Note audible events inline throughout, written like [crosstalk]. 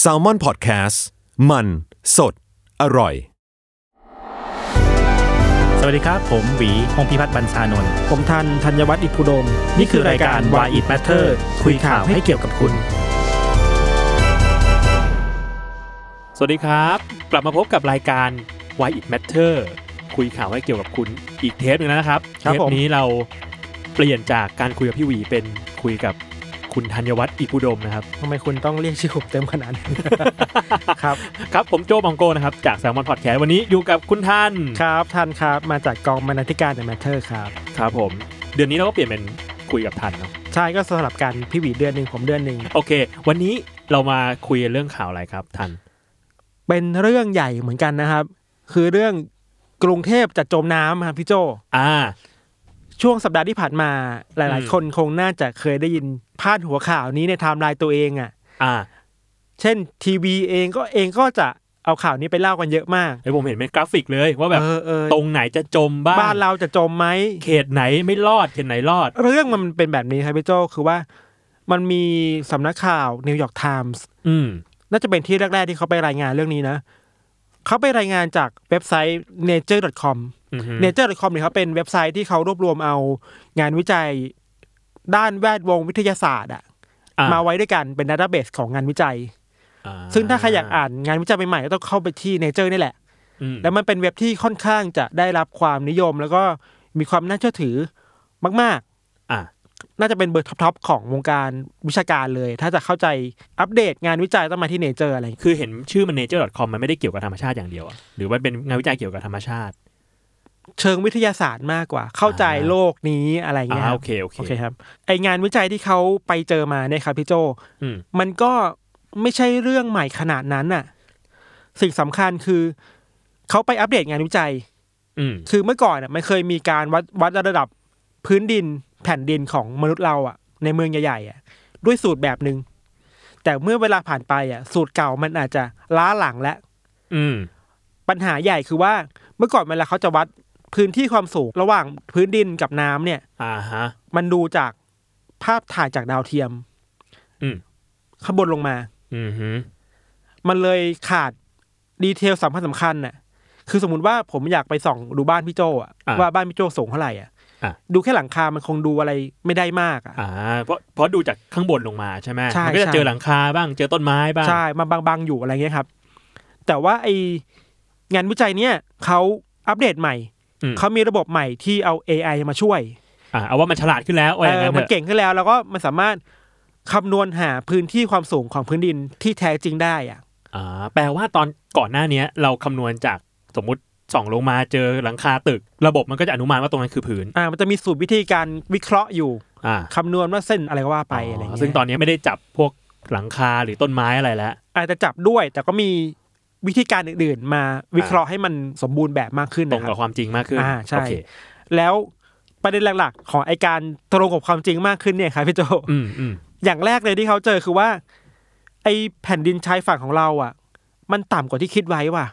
แซลมอนพอดแคสต์มันสดอร่อย สวัสดีครับ ผมหวีพงพิพัฒน์บัญชานนท์ ผมทันธัญวัฒน์อิพุดม นี่คือรายการ Why It Matter คุยข่าวให้เกี่ยวกับคุณ สวัสดีครับ กลับมาพบกับรายการ Why It Matter คุยข่าวให้เกี่ยวกับคุณอีกเทปหนึ่งแล้วนะครับ ครับ เทป ผม นี้เราเปลี่ยนจากการคุยกับพี่หวีเป็นคุยกับคุณธัญวัฒน์อิพุดมนะครับ ทำไมคุณต้องเรียกชื่อผมเต็มขนาดนั้น [laughs] ครับ ครับ ผมโจบังโกนะครับ จากแซลมอนพอดแคสต์วันนี้อยู่กับคุณทัน ครับทันครับ มาจากกองบรรณาธิการ The Matter ครับ ครับผม เดือนนี้เราก็เปลี่ยนเป็นคุยกับทันเนาะ ใช่ก็สลับกันพี่หวีเดือนหนึ่งผมเดือนหนึ่ง โอเค วันนี้เรามาคุยเรื่องข่าวอะไรครับทัน เป็นเรื่องใหญ่เหมือนกันนะครับ คือเรื่องกรุงเทพจะจมน้ำครับพี่โจ อ่า ช่วงสัปดาห์ที่ผ่านมา หลาย อืม ๆ คนคงน่าจะเคยได้ยินพาดหัวข่าวนี้ในไทม์ไลน์ตัวเองอ่ะ อ่า เช่นทีวีเองก็เองก็จะเอาข่าวนี้ไปเล่ากันเยอะมาก เดี๋ยวผมเห็นเป็นกราฟิกเลยว่าแบบ เออเออ ตรงไหนจะจมบ้าง บ้านเราจะจมไหม เขตไหนไม่รอดเขตไหนรอด เรื่องมันเป็นแบบนี้ครับพี่โจคือว่ามันมีสำนักข่าวนิวยอร์กไทมส์ อืม น่าจะเป็นที่แรก ๆ ที่เขาไปรายงานเรื่องนี้นะ เขาไปรายงานจากเว็บไซต์ nature.com อือฮึ nature.com เนี่ยเขาเป็นเว็บไซต์ที่เขารวบรวมเอางานวิจัยด้านแวดวงวิทยาศาสตร์อะ อ่ะ มาไว้ด้วยกันเป็นดัตต้าเบสของงานวิจัย อ่า ซึ่งถ้าใครอยากอ่านงานวิจัยใหม่ๆก็ต้องเข้าไปที่ nature นี่แหละ อืม แล้วมันเป็นเว็บที่ค่อนข้างจะได้รับความนิยม แล้วก็มีความน่าเชื่อถือมากๆ อ่า น่าจะเป็นเบอร์ท็อปๆของวงการวิชาการเลย ถ้าจะเข้าใจอัปเดตงานวิจัยต้องมาที่เนเจอร์อะไรอย่างเงี้ย คือเห็นชื่อมัน nature.com มันไม่ได้เกี่ยวกับธรรมชาติอย่างเดียวอะหรือว่าเป็นงานวิจัยเกี่ยวกับธรรมชาติ เชิงวิทยาศาสตร์มากกว่า เข้าใจ อ่า โลกนี้อะไรอย่าง อ่า เงี้ยครั โอบ เคโอเค โอเคครับไองานวิจัยที่เขาไปเจอมาเนี่ยครับพี่โจ อืม มันก็ไม่ใช่เรื่องใหม่ขนาดนั้นน่ะ สิ่งสำคัญคือ เขาไปอัปเดตงานวิจัย อืม คือเมื่อก่อนน่ะมันเคยมีการวัดวัดระดับพื้นดินแผ่นดินของมนุษย์เราอ่ะ ในเมืองใหญ่ๆอ่ะด้วยสูตรแบบหนึง่งแต่เมื่อเวลาผ่านไปอ่ะ สูตรเก่ามันอาจจะล้าหลังและ อืม ปัญหาใหญ่คือว่าเมื่อก่อนเวลาเขาจะวัดพื้นที่ความสูงระหว่างพื้นดินกับน้ำเนี่ย อ่าฮะ มันดูจากภาพถ่ายจากดาวเทียม อืม ขบวนลงมา อืมฮึ มันเลยขาดดีเทลสำคัญสำคัญน่ะ คือสมมติว่าผมอยากไปส่องดูบ้านพี่โจอะ ะ ว่าบ้านพี่โจสูงเท่าไหร่อะ อ่ะ ดูแค่หลังคา มันคงดูอะไรไม่ได้มากอะ อ่าเพราะเพราะดูจากข้างบนลงมาใช่ไหม ใช่ มัก็จะ ใช่ เจอหลังคาบ้างเจอต้นไม้บ้าง ใช่มาบางๆอยู่อะไรเงี้ยครับ แต่ว่าไองานวิจัยเนี่ยเขาอัปเดตใหม่ อืม เขามีระบบใหม่ที่เอา AI มาช่วย อ่าเอาว่ามันฉลาดขึ้นแล้วว่าอย่างนั้น เออมัน เถอะ เก่งขึ้นแล้ว แล้วก็มันสามารถคำนวณหาพื้นที่ความสูงของพื้นดินที่แท้จริงได้อะ อ่าแปลว่าตอนก่อนหน้าเนี้ย เราคำนวณจากสมมติส่องลงมาเจอหลังคาตึก ระบบมันก็จะอนุมานว่าตรงนั้นคือผืน อ่า มันจะมีสูตรวิธีการวิเคราะห์อยู่ อ่า คำนวณว่าเส้นอะไรก็ว่าไปอะไรเงี้ย ซึ่งตอนนี้ไม่ได้จับพวกหลังคาหรือต้นไม้อะไรแล้ว อาจจะจับด้วยแต่ก็มีวิธีการอื่นๆ มาวิเคราะห์ให้มันสมบูรณ์แบบมากขึ้น ตรง นะค กั รั บบ ความจริงมากขึ้น อ่าใช่ โอเค แล้วประเด็นหลักๆ ของไอการตรงกับความจริงมากขึ้นเนี่ยครับพี่โจ อืมอืม อย่างแรกเลยที่เขาเจอคือว่า ไอแผ่นดินชายฝั่งของเราอ่ะ มันต่ำกว่าที่คิดไว้ว่ะ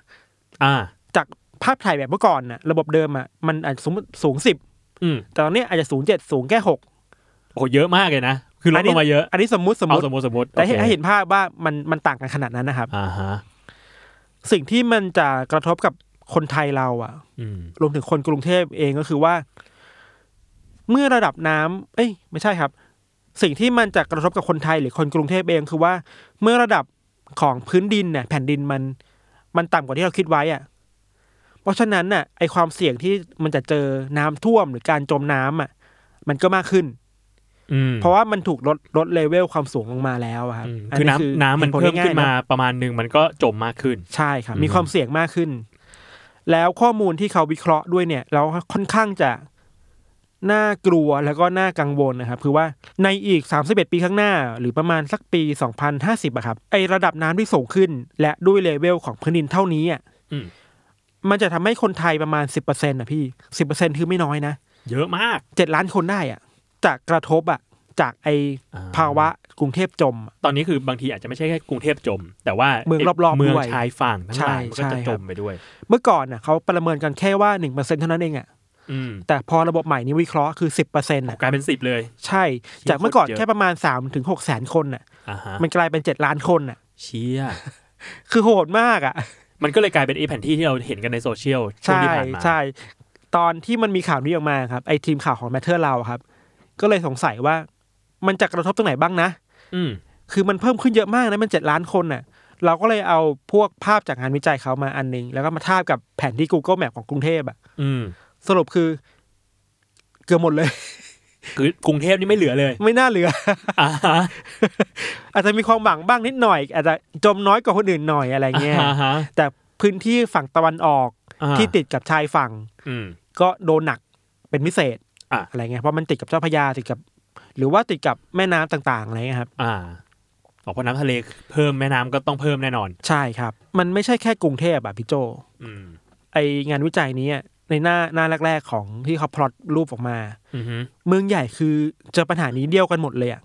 อ่า จากภาพถ่ายแบบเมื่อก่อนน่ะระบบเดิมอ่ะมันอาจจะสมมติสูงสิบ อืม แต่ตอนเนี้ยอาจจะสูงเจ็ดสูงแค่หก โอ้โหเยอะมากเลยนะ คือลดลงมาเยอะ อันนี้สมมติสมม เอา ติ สมมติสมมติ แต่ให้ โอค ให้เห็นภาพว่ามันมันต่างกันขนาดนั้นนะครับ อ่าฮะ สิ่งที่มันจะกระทบกับคนไทยเราอ่ะ อืม รวมถึงคนกรุงเทพเองก็คือว่า เมื่อระดับน้ำเอ้ย ไม่ใช่ครับ สิ่งที่มันจะกระทบกับคนไทยหรือคนกรุงเทพเองคือว่า เมื่อระดับของพื้นดินเนี่ยแผ่นดินมันมันต่ำกว่าที่เราคิดไว้อะเพราะฉะนั้นน่ะไอความเสี่ยงที่มันจะเจอน้ำท่วมหรือการจมน้ำอ่ะ มันก็มากขึ้น อืม เพราะว่ามันถูกลดลดเลเวลความสูงลงมาแล้วอะครับ อืม น คือน้ำน้ำมัน หตุผล เพิ่มขึ้น ง่ยๆะ มาประมาณหนึ่งมันก็จมมากขึ้น ใช่ครับ อืม มีความเสี่ยงมากขึ้น แล้วข้อมูลที่เขาวิเคราะห์ด้วยเนี่ย เราค่อนข้างจะน่ากลัวแล้วก็น่ากังวลนะครับ คือว่าในอีก 31 ปีข้างหน้า หรือประมาณสักปี 2050อะครับไอระดับน้ำที่สูงขึ้น และด้วยเลเวลของพื้นดินเท่านี้อะ อืม มันจะทำให้คนไทยประมาณ 10%นะพี่ 10%คือไม่น้อยนะ เยอะมาก 7 ล้านคนได้อะจะกระทบอะจากไอ อ่ ภาวะกรุงเทพจมอะ ตอนนี้คือบางทีอาจจะไม่ใช่แค่กรุงเทพจม แต่ว่า เมืองรอบๆ เมือง ด้วย ชายฝั่งทั้งหลาย ใช่ มันก็จะ ใช่ค จ รับ มไปด้วย เมื่อก่อนน่ะเขาประเมินกันแค่ว่า 1%เท่านั้นเองอะ อืม แต่พอระบบใหม่นี้วิเคราะห์คือสิบเปอร์เซ็นต์ ผมกลายเป็นสิบเลย ใช่ จากเมื่อก่อน เยอะ แค่ประมาณสามถึงหกแสนคนน่ะ อ่าฮะ มันกลายเป็นเจ็ดล้านคนน่ะ เชีย คือโหดมากอ่ะ มันก็เลยกลายเป็นไอ้แผนที่ที่เราเห็นกันในโซเชียลช่วง ใช่ ที่ผ่านมา ใช่ ตอนที่มันมีข่าวนี้ออกมาครับไอทีมข่าวของแมทเทอร์เราครับ ก็เลยสงสัยว่ามันจะกระทบตรงไหนบ้างนะ อืม คือมันเพิ่มขึ้นเยอะมากนะมันเจ็ดล้านคนน่ะ เราก็เลยเอาพวกภาพจากงานวิจัยเขามาอันหนึง แล้วก็มาทาบกับแผนที่ Google Map ของกรุงเทพอ่ะ อืม สรุปคือ เกือบหมดเลย คือกรุงเทพนี่ไม่เหลือเลย ไม่น่าเหลือ อ่าฮะ อาจจะมีความหวังบ้างนิดหน่อย อาจจะจมน้อยกว่าคนอื่นหน่อยอะไรเงี้ย อ่าฮะ แต่พื้นที่ฝั่งตะวันออก อ่า ที่ติดกับชายฝั่ง อืม ก็โดนหนักเป็นพิเศษ อ่ะ ไรเงี้ยเพราะมันติดกับเจ้าพระยาติดกับ หรือว่าติดกับแม่น้ำต่างๆอะไรเงี้ยครับ อ่าบอกว่าน้ำทะเลเพิ่มแม่น้ำก็ต้องเพิ่มแน่นอน ใช่ครับ มันไม่ใช่แค่กรุงเทพอะพี่โจ อืม ไองานวิจัยนี้อะในหน้าหน้าแรก ๆ ของที่เขาพลอตรูปออกมา อือฮึ เมืองใหญ่คือเจอปัญหานี้เดียวกันหมดเลยอะ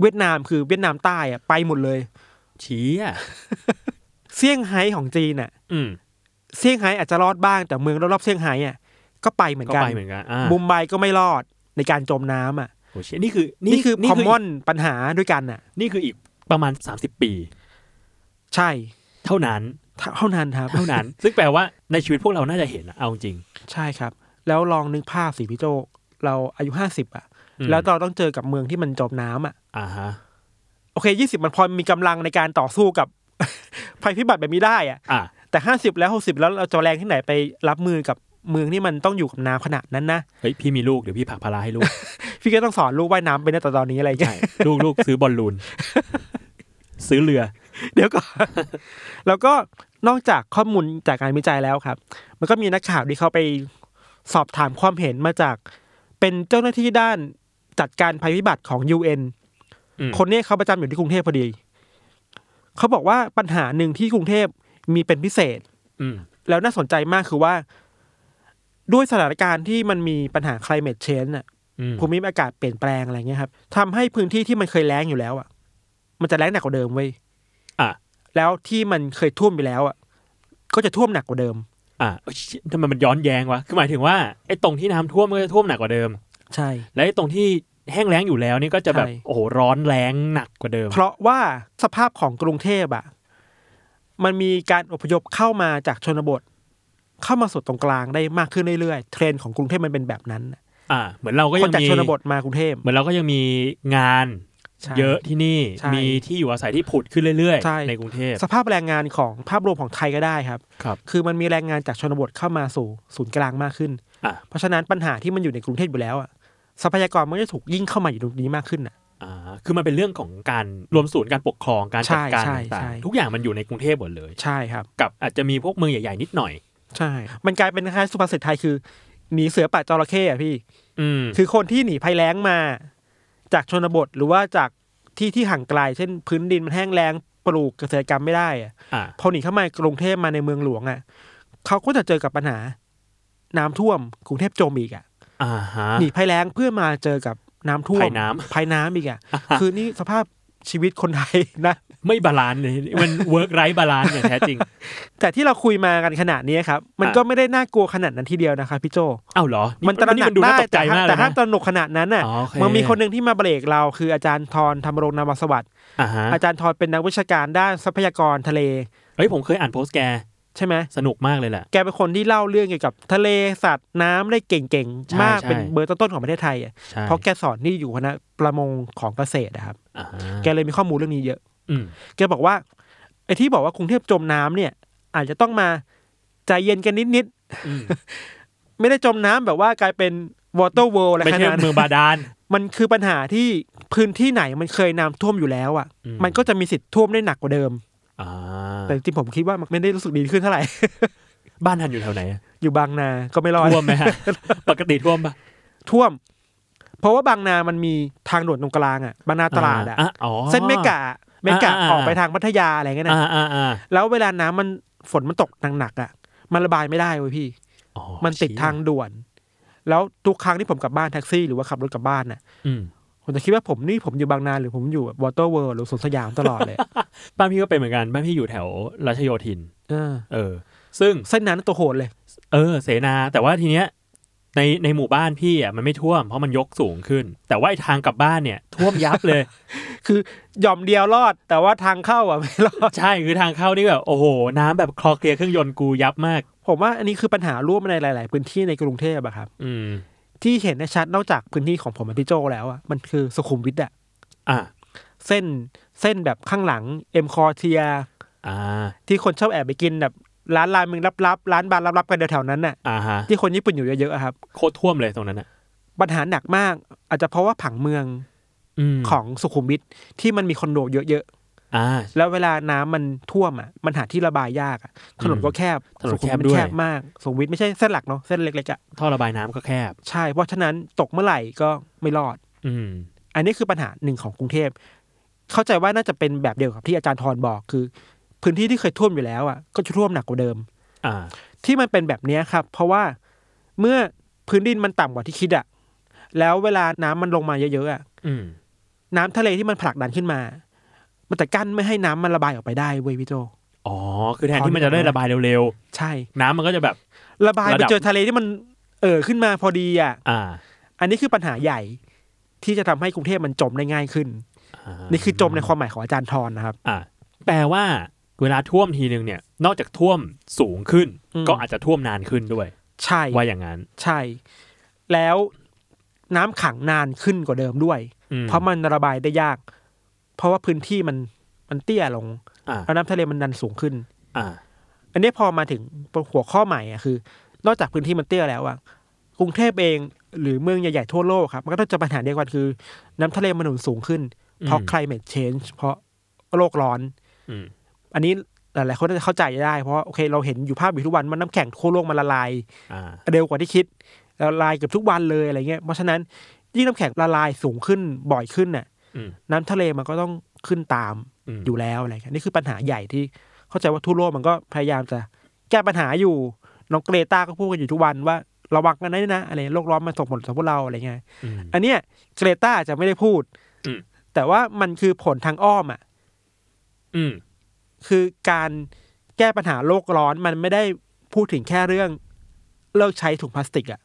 เวียดนามคือเวียดนามใต้อะไปหมดเลย เชีย เซี่ยงไฮ้ของจีนอะ อืม เซี่ยงไฮ้อาจจะรอดบ้างแต่เมืองรอบๆเซี่ยงไฮ้อะก็ไปเหมือน ก็ กัน ไปเหมือนกันอ่า มุมไบก็ไม่รอดในการจมน้ำอะ โอ้เชียนี่คือ นี่คือคอมมอนปัญหาด้วยกันอะ นี่คืออีกประมาณ 30 ปี ใช่ เท่านั้น เท่านั้นครับ เท่านั้น ซึ่งแปลว่าในชีวิตพวกเราน่าจะเห็นนะเอาจริง ใช่ครับ แล้วลองนึกภาพสิพี่โจเราอายุห้าสิบอ่ะ อืม แล้วเราต้องเจอกับเมืองที่มันจมน้ำอ่ะ อ่าฮะ โอเคยี่สิบมันพอมีกำลังในการต่อสู้กับ [laughs] ภัยพิบัติแบบนี้ได้อ่ะ อ่ะ แต่ห้าสิบแล้วหกสิบแล้วเราจะแรงที่ไหนไปรับมือกับเมืองที่มันต้องอยู่กับน้ำขนาดนั้นนะ เฮ้ยพี่มีลูกเดี๋ยวพี่ผลักภาระให้ลูก พี่ก็ต้องสอนลูกว่ายน้ำเป็นตั้งแต่ตอนนี้อะไรอย่างเงี้ย ลูกลูกซื้อบอลลูน ซื้อเรือ [laughs] เดี๋ยวก่อน แล้วก็นอกจากข้อมูลจากการวิจัยแล้วครับ มันก็มีนักข่าวที่เขาไปสอบถามความเห็นมาจาก เป็นเจ้าหน้าที่ด้านจัดการภัยพิบัติของ UN อืม คนเนี้ยเขาประจำอยู่ที่กรุงเทพพอดี เขาบอกว่าปัญหาหนึ่งที่กรุงเทพมีเป็นพิเศษ อืม แล้วน่าสนใจมากคือว่า ด้วยสถานการณ์ที่มันมีปัญหา climate change น่ะ อืม ภูมิอากาศเปลี่ยนแปลงอะไรเงี้ยครับทำให้พื้นที่ที่มันเคยแล้งอยู่แล้วอ่ะ มันจะแล้งหนักกว่าเดิมเว้ย อ่ะ แล้วที่มันเคยท่วมไปแล้วอ่ะก็จะท่วมหนักกว่าเดิม อ่ะเอ้ยทำไมมันย้อนแย้งวะคือหมายถึงว่าไอ้ตรงที่น้ำท่วมมันก็จะท่วมหนักกว่าเดิม ใช่ และไอ้ตรงที่แห้งแล้งอยู่แล้วนี่ก็จะแบบ ใช่ โอ้โหร้อนแรงหนักกว่าเดิม เพราะว่าสภาพของกรุงเทพอ่ะมันมีการอพยพเข้ามาจากชนบท เข้ามาสู่ตรงกลางได้มากขึ้นเรื่อยๆ เทรนด์ของกรุงเทพมันเป็นแบบนั้นน่ะ อ่า เหมือนเราก็ ค ยั น ง จาก มี ชนบทมากรุงเทพ เหมือนเราก็ยังมีงาน ใช่ เยอะที่นี่ ใช่ มีที่อยู่อาศัยที่ผุดขึ้นเรื่อย ใช่ ในกรุงเทพ สภาพแรงงานของภาพรวมของไทยก็ได้ครับ ครับ คือมันมีแรงงานจากชนบทเข้ามาสู่ศูนย์กลางมากขึ้น อ่ะ เพราะฉะนั้นปัญหาที่มันอยู่ในกรุงเทพอยู่แล้วอ่ะทรัพยากรมันก็จะถูกยิ่งเข้ามาอยู่ตรงนี้มากขึ้นน่ะ อ่าคือมันเป็นเรื่องของการรวมศูนย์การปกครองการจัดการ ใช่ใช่ ต่าง ใช่ ๆทุกอย่างมันอยู่ในกรุงเทพหมดเลย ใช่ครับ กับอาจจะมีพวกเมืองใหญ่ๆนิดหน่อย ใช่ มันกลายเป็นคล้ายๆสุภาษิตไทยคือหนีเสือป่าจระเข้อะพี่ อืม คือคนที่หนีภัยแล้งมา จากชนบทหรือว่าจากที่ที่ห่างไกล เช่นพื้นดินมันแห้งแล้งปลูกเกษตรกรรมไม่ได้อะ อ่า พอหนีเข้ามากรุงเทพมาในเมืองหลวงอ่ะเขาก็จะเจอกับปัญหา น้ำท่วมกรุงเทพจมอีกอ่ะ อ่าฮะ หนีภัยแล้งเพื่อมาเจอกับน้ำท่วม ภัยน้ำ ภัยน้ำอีกอ่ะ คือนี่สภาพชีวิตคนไทยนะ ไม่บาลานซ์เลยมันเวิร์กไรบาลานซ์อย่างแท้จริง แต่ที่เราคุยมากันขนาดนี้ครับ มัน อ่ะ ก็ไม่ได้น่ากลัวขนาดนั้นทีเดียวนะคะพี่โจ เอ้าเหรอ มันตระหนัก ดู ได้ น่าตกใจ แต่ห้าม ากเล แต่ ย ห้า นะ มตระหนกขนาดนั้นอ่ะ อ๋อโอเค มันมีคนหนึ่งที่มาเบรกเราคืออาจารย์ทรธรรมรงค์นามสวัสดิ์ อ่าฮะ อาจารย์ทรเป็นนักวิชาการด้านทรัพยากรทะเล เฮ้ยผมเคยอ่านโพสต์แก ใช่ไหม สนุกมากเลยแหละ แกเป็นคนที่เล่าเรื่องเกี่ยวกับทะเลสัตว์น้ำได้เก่ง ใช่ ๆ มาก ใช่ เป็นเบอร์ต้นๆของประเทศไทยอ่ะ ใช่ เพราะแกสอนที่อยู่คณะประมงของเกษตรนะครับ อ่าฮะ แกเลยมีข้อมูลเรื่องนี้เยอะ อืม แกบอกว่าไอ้ที่บอกว่ากรุงเทพจมน้ำเนี่ย อาจจะต้องมาใจเย็นกันนิด อืม ๆไม่ได้จมน้ำแบบว่ากลายเป็นวอเตอร์เวิลอะไร ไม่ ข ใช่ นาดนั้น เมืองบาดาล มันคือปัญหาที่พื้นที่ไหนมันเคยน้ำท่วมอยู่แล้วอ่ะ อืม มันก็จะมีสิทธิ์ท่วมได้หนักกว่าเดิม อ่า แต่จริงๆผมคิดว่ามันไม่ได้รู้สึกดีขึ้นเท่าไหร่ บ้านทันอยู่แถวไหนอะ อยู่บางนาก็ไม่รอด ท่วมไหม [laughs] ฮะ ปกติท่วมปะ ท่วม เพราะว่าบางนามันมีทางด่วนตรงกลางอ่ะบางนาตลาดอ่ะ อ๋อ เส้นเมกะเมกะ อ่าอ่า ออกไปทางพัทยาอะไรเงี้ยนะ อ่าอ่าอ่า แล้วเวลาน้ำมันฝนมันตกหนักๆอ่ะ มันระบายไม่ได้เว้ยพี่ อ๋อ มันติด ชี้ ทางด่วน แล้วทุกครั้งที่ผมกลับบ้านแท็กซี่หรือว่าขับรถกลับบ้านน่ะ อืม ผมจะคิดว่าผมนี่ผมอยู่บางนาหรือผมอยู่วอเตอร์เวิลด์หรือสวนสยามตลอดเลย บ้านพี่ก็เป็นเหมือนกัน บ้านพี่อยู่แถวรัชโยธิน เออ เออ ซึ่ง เส้นนั้นตัวโหดเลย เออ เสนา แต่ว่าทีเนี้ย ในในหมู่บ้านพี่อ่ะมันไม่ท่วมเพราะมันยกสูงขึ้น แต่ว่าไอ้ทางกลับบ้านเนี่ย ท่วมยับเลย [laughs] [laughs] คือหย่อมเดียวรอด แต่ว่าทางเข้าอ่ะ [laughs] ไม่รอด ใช่คือทางเข้านี่แบบโอ้โห น้ำแบบคลอเคลียร์เครื่องยนต์กูยับมาก ผมว่าอันนี้คือปัญหาร่วมในหลาย ๆ พื้นที่ในกรุงเทพอะครับ อืม ที่เห็นได้ชัดนอกจากพื้นที่ของผมกับพี่โจแล้วอะมันคือสุขุมวิทอะ อ่ะ เส้นเส้นแบบข้างหลังเอ็มคอเทีย อ่า ที่คนชอบแอบไปกินแบบร้านรานมึงลับๆร้านบาร์ลับๆกันแถวๆนั้นน่ะ อ่าฮะ ที่คนญี่ปุ่นอยู่เยอะๆอะครับ โคตรท่วมเลยตรงนั้นอ่ะ ปัญหาหนักมาก อาจจะเพราะว่าผังเมือง อืม ของสุขุมวิทที่มันมีคอนโดเยอะ อ่า ๆแล้วเวลาน้ำมันท่วมอ่ะมันหาที่ระบายยากอะถนนก็แคบ ถนน สุขุม แคบ วิท ด้วย แคบมากสุขุมวิทไม่ใช่เส้นหลักเนาะเส้นเล็กๆอ่ะ ท่อระบายน้ำก็แคบ ใช่เพราะฉะนั้นตกเมื่อไหร่ก็ไม่รอด อืม อันนี้คือปัญหาหนึ่งของกรุงเทพ เข้าใจว่าน่าจะเป็นแบบเดียวกับที่อาจารย์ทรบอกคือ พื้นที่ที่เคยท่วมอยู่แล้วอ่ะก็จะท่วมหนักกว่าเดิม อ่า ที่มันเป็นแบบเนี้ยครับ เพราะว่าเมื่อพื้นดินมันต่ำกว่าที่คิดอ่ะแล้วเวลาน้ำมันลงมาเยอะๆอ่ะ อืม น้ำทะเลที่มันผลักดันขึ้นมา มันจะกั้นไม่ให้น้ำมันระบายออกไปได้เว้ยพี่โจ อ๋อ คือแทน พอ ที่มัน นึก จะได้ ออกไหม ระบายเร็ว ใช่ ๆ น้ำมันก็จะแบบ ระบายไประ ดับ เจอทะเลที่มันเอ่อขึ้นมาพอดีอ่ะ อ่า อันนี้คือปัญหาใหญ่ ที่จะทำให้กรุงเทพมันจมได้ง่ายขึ้น อ่า นี่คือจมในความหมายของอาจารย์ทรนะครับ อ่า แปลว่า เวลาท่วมทีนึงเนี่ย นอกจากท่วมสูงขึ้น อืม ก็อาจจะท่วมนานขึ้นด้วย ใช่ ว่าอย่างนั้น ใช่ แล้วน้ำขังนานขึ้นกว่าเดิมด้วย อืม เพราะมันระบายได้ยาก เพราะว่าพื้นที่มันมันเตี้ยลง อ่า แล้วน้ำทะเลมันดันสูงขึ้น อ่า อันนี้พอมาถึงหัวข้อใหม่อะคือ นอกจากพื้นที่มันเตี้ยแล้วอะกรุงเทพเองหรือเมืองใหญ่ ๆ ทั่วโลกครับ มันก็ต้องเจอปัญหาเดียวกันคือ น้ำทะเลมันหนุนสูงขึ้น เพราะ อืม climate change เพราะโลกร้อน อืม อันนี้หลายๆคนน่าจะเข้าใจได้เพราะว่าโอเคเราเห็นอยู่ภาพอยู่ทุกวันมันน้ำแข็งทั่วโลกมันละลาย อ่า เร็วกว่าที่คิดละลายเกือบทุกวันเลยอะไรเงี้ยเพราะฉะนั้นยิ่งน้ำแข็งละลายสูงขึ้นบ่อยขึ้นน่ะ อืม น้ำทะเลมันก็ต้องขึ้นตาม ม อยู่แล้วอะไรเงี้ยนี่คือปัญหาใหญ่ที่เข้าใจว่าทั่วโลกมันก็พยายามจะแก้ปัญหาอยู่น้องเกรตาก็พูดกันอยู่ทุกวันว่าระวังกันนะนะอะไรโลกร้อนมันส่งผลต่อพวกเราอะไรเงี้ย อืม อันเนี้ยเกรตาอาจจะไม่ได้พูด อืม แต่ว่ามันคือผลทางอ้อมอ่ะ อืม คือการแก้ปัญหาโลกร้อนมันไม่ได้พูดถึงแค่เรื่องเลิกใช้ถุงพลาสติกอะ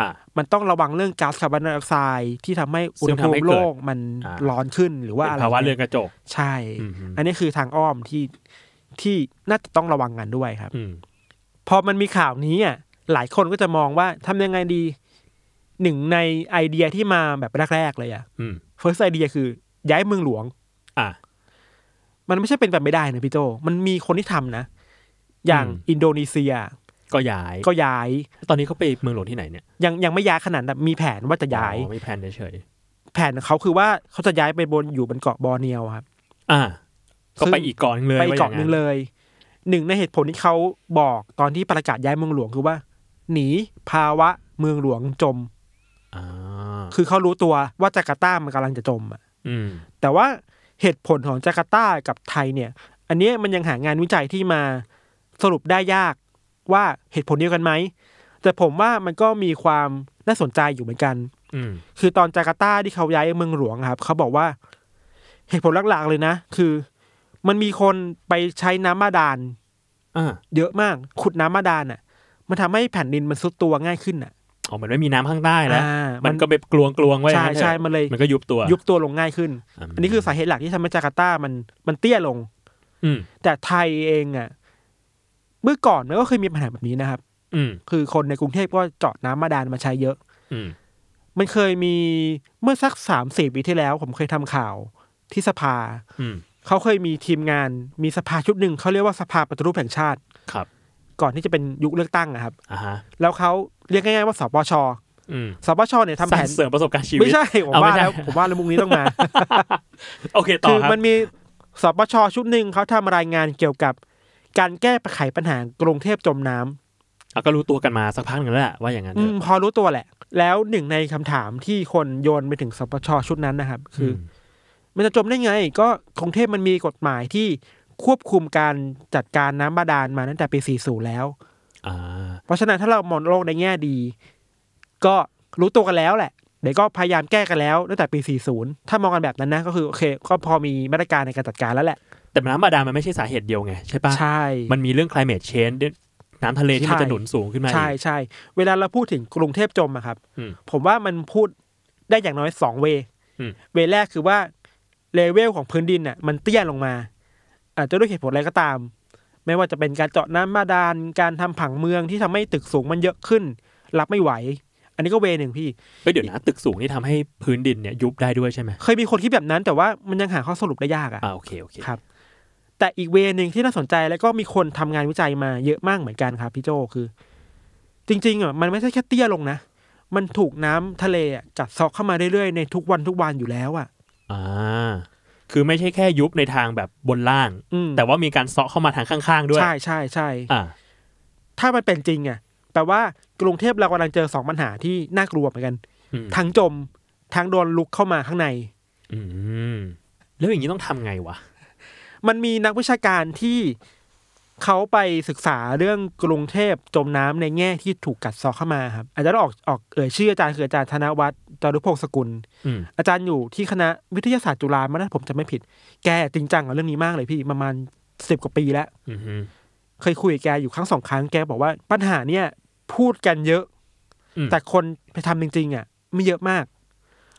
อ่ะ มันต้องระวังเรื่องก๊าซคาร์บอนไดออกไซด์ที่ทำให้อุณหภู ซึ่งทำให้ มิ เกิด โลกมัน อ่า ร้อนขึ้นหรือว่าอะไร ภาวะเรือน เนี่ย กระจก ใช่ อืมอืม อันนี้คือทางอ้อมที่ที่น่าจะต้องระวังกันด้วยครับ อืม พอมันมีข่าวนี้อ่ะหลายคนก็จะมองว่าทำยังไงดีหนึ่งในไอเดียที่มาแบบแรกๆเลยอ่ะ อืม first idea คือย้ายเมืองหลวง อ่า มันไม่ใช่เป็นแบบไม่ได้นะพี่โจ มันมีคนที่ทำนะ อย่าง อืม อินโดนีเซีย ก็ย้าย ก็ย้าย ตอนนี้เขาไปเมืองหลวงที่ไหนเนี่ย ยังยังไม่ย้ายขนาดนั้นมีแผนว่าจะย้าย อ๋อไม่แพลนเฉย แผนของเขาคือว่าเขาจะย้ายไปบนอยู่บนเกาะบอร์เนียวครับ ๆอ่า ก็ ซึ่ง ไปอีกเกาะหนึงเลย ไปเกาะ ว่ ห ย่ นึ่งเลย หนึ่งในเหตุผลที่เขาบอกตอนที่ประกาศย้ายเมืองหลวงคือว่า หนีภาวะเมืองหลวงจม อ่า คือเขารู้ตัวว่าจาการ์ตามันกำลังจะจมอะ อืม แต่ว่าเหตุผลของจาการ์ตากับไทยเนี่ย อันเนี้ยมันยังหางานวิจัยที่มาสรุปได้ยากว่าเหตุผลเดียวกันไหม แต่ผมว่ามันก็มีความน่าสนใจอยู่เหมือนกัน อืม คือตอนจาการ์ตาที่เขาย้ายเมืองหลวงอะครับ เขาบอกว่าเหตุผลหลักๆเลยนะ คือ มันมีคนไปใช้น้ำบาดาล อ่า เยอะมาก ขุดน้ำบาดาลอ่ะ มันทำให้แผ่นดินมันซุดตัวง่ายขึ้นอ่ะ อ๋อมันไม่มีน้ำข้างใต้แล้ว อ่า มั มัน ก็ไปกลวงกลวงๆไว้อใช่ย่างนั้นเถอะ ใช่มันเลย มันก็ยุบตัว ยุบตัวลงง่ายขึ้น ม อันนี้คือสาเหตุหลักที่ทำให้จาการ์ตามันมันเตี้ยลง อืม แต่ไทยเองอ่ะเมื่อก่อนมันก็เคยมีปัญหาแบบนี้นะครับ อืม คือคนในกรุงเทพก็เจาะน้ำบาดาลมาใช้เยอะ อืม มันเคยมีเมื่อสักสามสี่ปีที่แล้ว ผมเคยทำข่าวที่สภา อืม เขาเคยมีทีมงานมีสภาชุดหนึ่งเขาเรียกว่าสภาปฏิรูปแห่งชาติ ครับ ก่อนที่จะเป็นยุคเลือกตั้งนะครับ อ่าฮะ แล้วเขาเรียกง่ายๆว่าสปช อืม สปชเนี่ยสทำแผ ร้าง น เสริมประสบการณ์ชีวิต ไม่ใช่ผม เอาไม่ ว่า ใช่ แล้วผมว่าแล้วมุกนี้ต้องมา โอเคต่ คือ อ ครับ มันมีสปชชุดหนึ่งเขาทำรายงานเกี่ยวกับการแก้ไขปัญหากรุงเทพจมน้ำ อ่ะก็รู้ตัวกันมาสักพักหนึ่งแล้วแหละว่าอย่างนั้น อื เถ ม อะ พอรู้ตัวแหละ แล้วหนึ่งในคำถามที่คนโยนไปถึงสปชชุดนั้นนะครับ คืออ ม มันจะจมได้ไง ก็กรุงเทพมันมีกฎหมายที่ควบคุมการจัดการน้ำบาดาลมาตั้งแต่ปี 40 แล้ว อ่า เพราะฉะนั้นถ้าเรามองโลกในแง่ดี ก็รู้ตัวกันแล้วแหละ เดี๋ยวก็พยายามแก้กันแล้วตั้งแต่ปี 40 ถ้ามองกันแบบนั้นนะ ก็คือโอเค ก็พอมีมาตรการในการจัดการแล้วแหละ แต่น้ำบาดาลมันไม่ใช่สาเหตุเดียวไงใช่ปะ ใช่ มันมีเรื่อง climate change ด้วย น้ำทะเลที่มัน ใช่ จะหนุนสูงขึ้นมาอีก ใช่ใช่เวลาเราพูดถึงกรุงเทพจมอะครับ อืม ผมว่ามันพูดได้อย่างน้อยสองเว อืม เวแรกคือว่าเลเวลของพื้นดินน่ะ มันเตี้ยลงมา อาจจะด้วยเหตุผลอะไรก็ตาม ไม่ว่าจะเป็นการเจาะน้ำบาดาลการทำผังเมืองที่ทำให้ตึกสูงมันเยอะขึ้น รับไม่ไหว อันนี้ก็เวหนึ่งพี่ เฮ้ยเดี๋ยวนะตึกสูงนี่ทำให้พื้นดินเนี่ยยุบได้ด้วยใช่ไหม เคยมีคนคิดแบบนั้น แต่ว่ามันยังหาข้อสรุปได้ยากอะ อ่าโอเคโอเค ครับ แต่อีกเวย์หนึ่งที่น่าสนใจแล้วก็มีคนทำงานวิจัยมาเยอะมากเหมือนกันครับพี่โจคือ จริงๆอ่ะมันไม่ใช่แค่เตี้ยลงนะ มันถูกน้ำทะเลอ่ะกัดเซอกเข้ามาเรื่อยๆในทุกวันทุกวันอยู่แล้วอ่ะ อ่า คือไม่ใช่แค่ยุบในทางแบบบนล่าง อืม แต่ว่ามีการเซาะเข้ามาทางข้างๆด้วย ใช่ใช่ใช่ อ่า ถ้ามันเป็นจริงอ่ะแปลว่ากรุงเทพเรากำลังเจอสองปัญหาที่น่ากลัวเหมือนกัน อืม ทั้งจมทั้งโดนลุกเข้ามาข้างใน อืม แล้วอย่างนี้ต้องทำไงวะ มันมีนักวิชาการที่เขาไปศึกษาเรื่องกรุงเทพจมน้ำในแง่ที่ถูกกัดเซอกเข้ามาครับอาจารย์ออกออกเอ่ยชื่ออาจารย์คืออาจารย์ธนวัฒน์จารุพงศกุล อืม อาจารย์อยู่ที่คณะวิทยาศาสตร์จุฬามั้งนะผมจะไม่ผิด แกจริงจังกับเรื่องนี้มากเลยพี่ประมาณสิบกว่าปีแล้ว อืม เคยคุยกับแกอยู่ครั้งสองครั้งแกบอกว่าปัญหาเนี่ยพูดกันเยอะ อืม แต่คนไปทำจริงๆอ่ะไม่เยอะมาก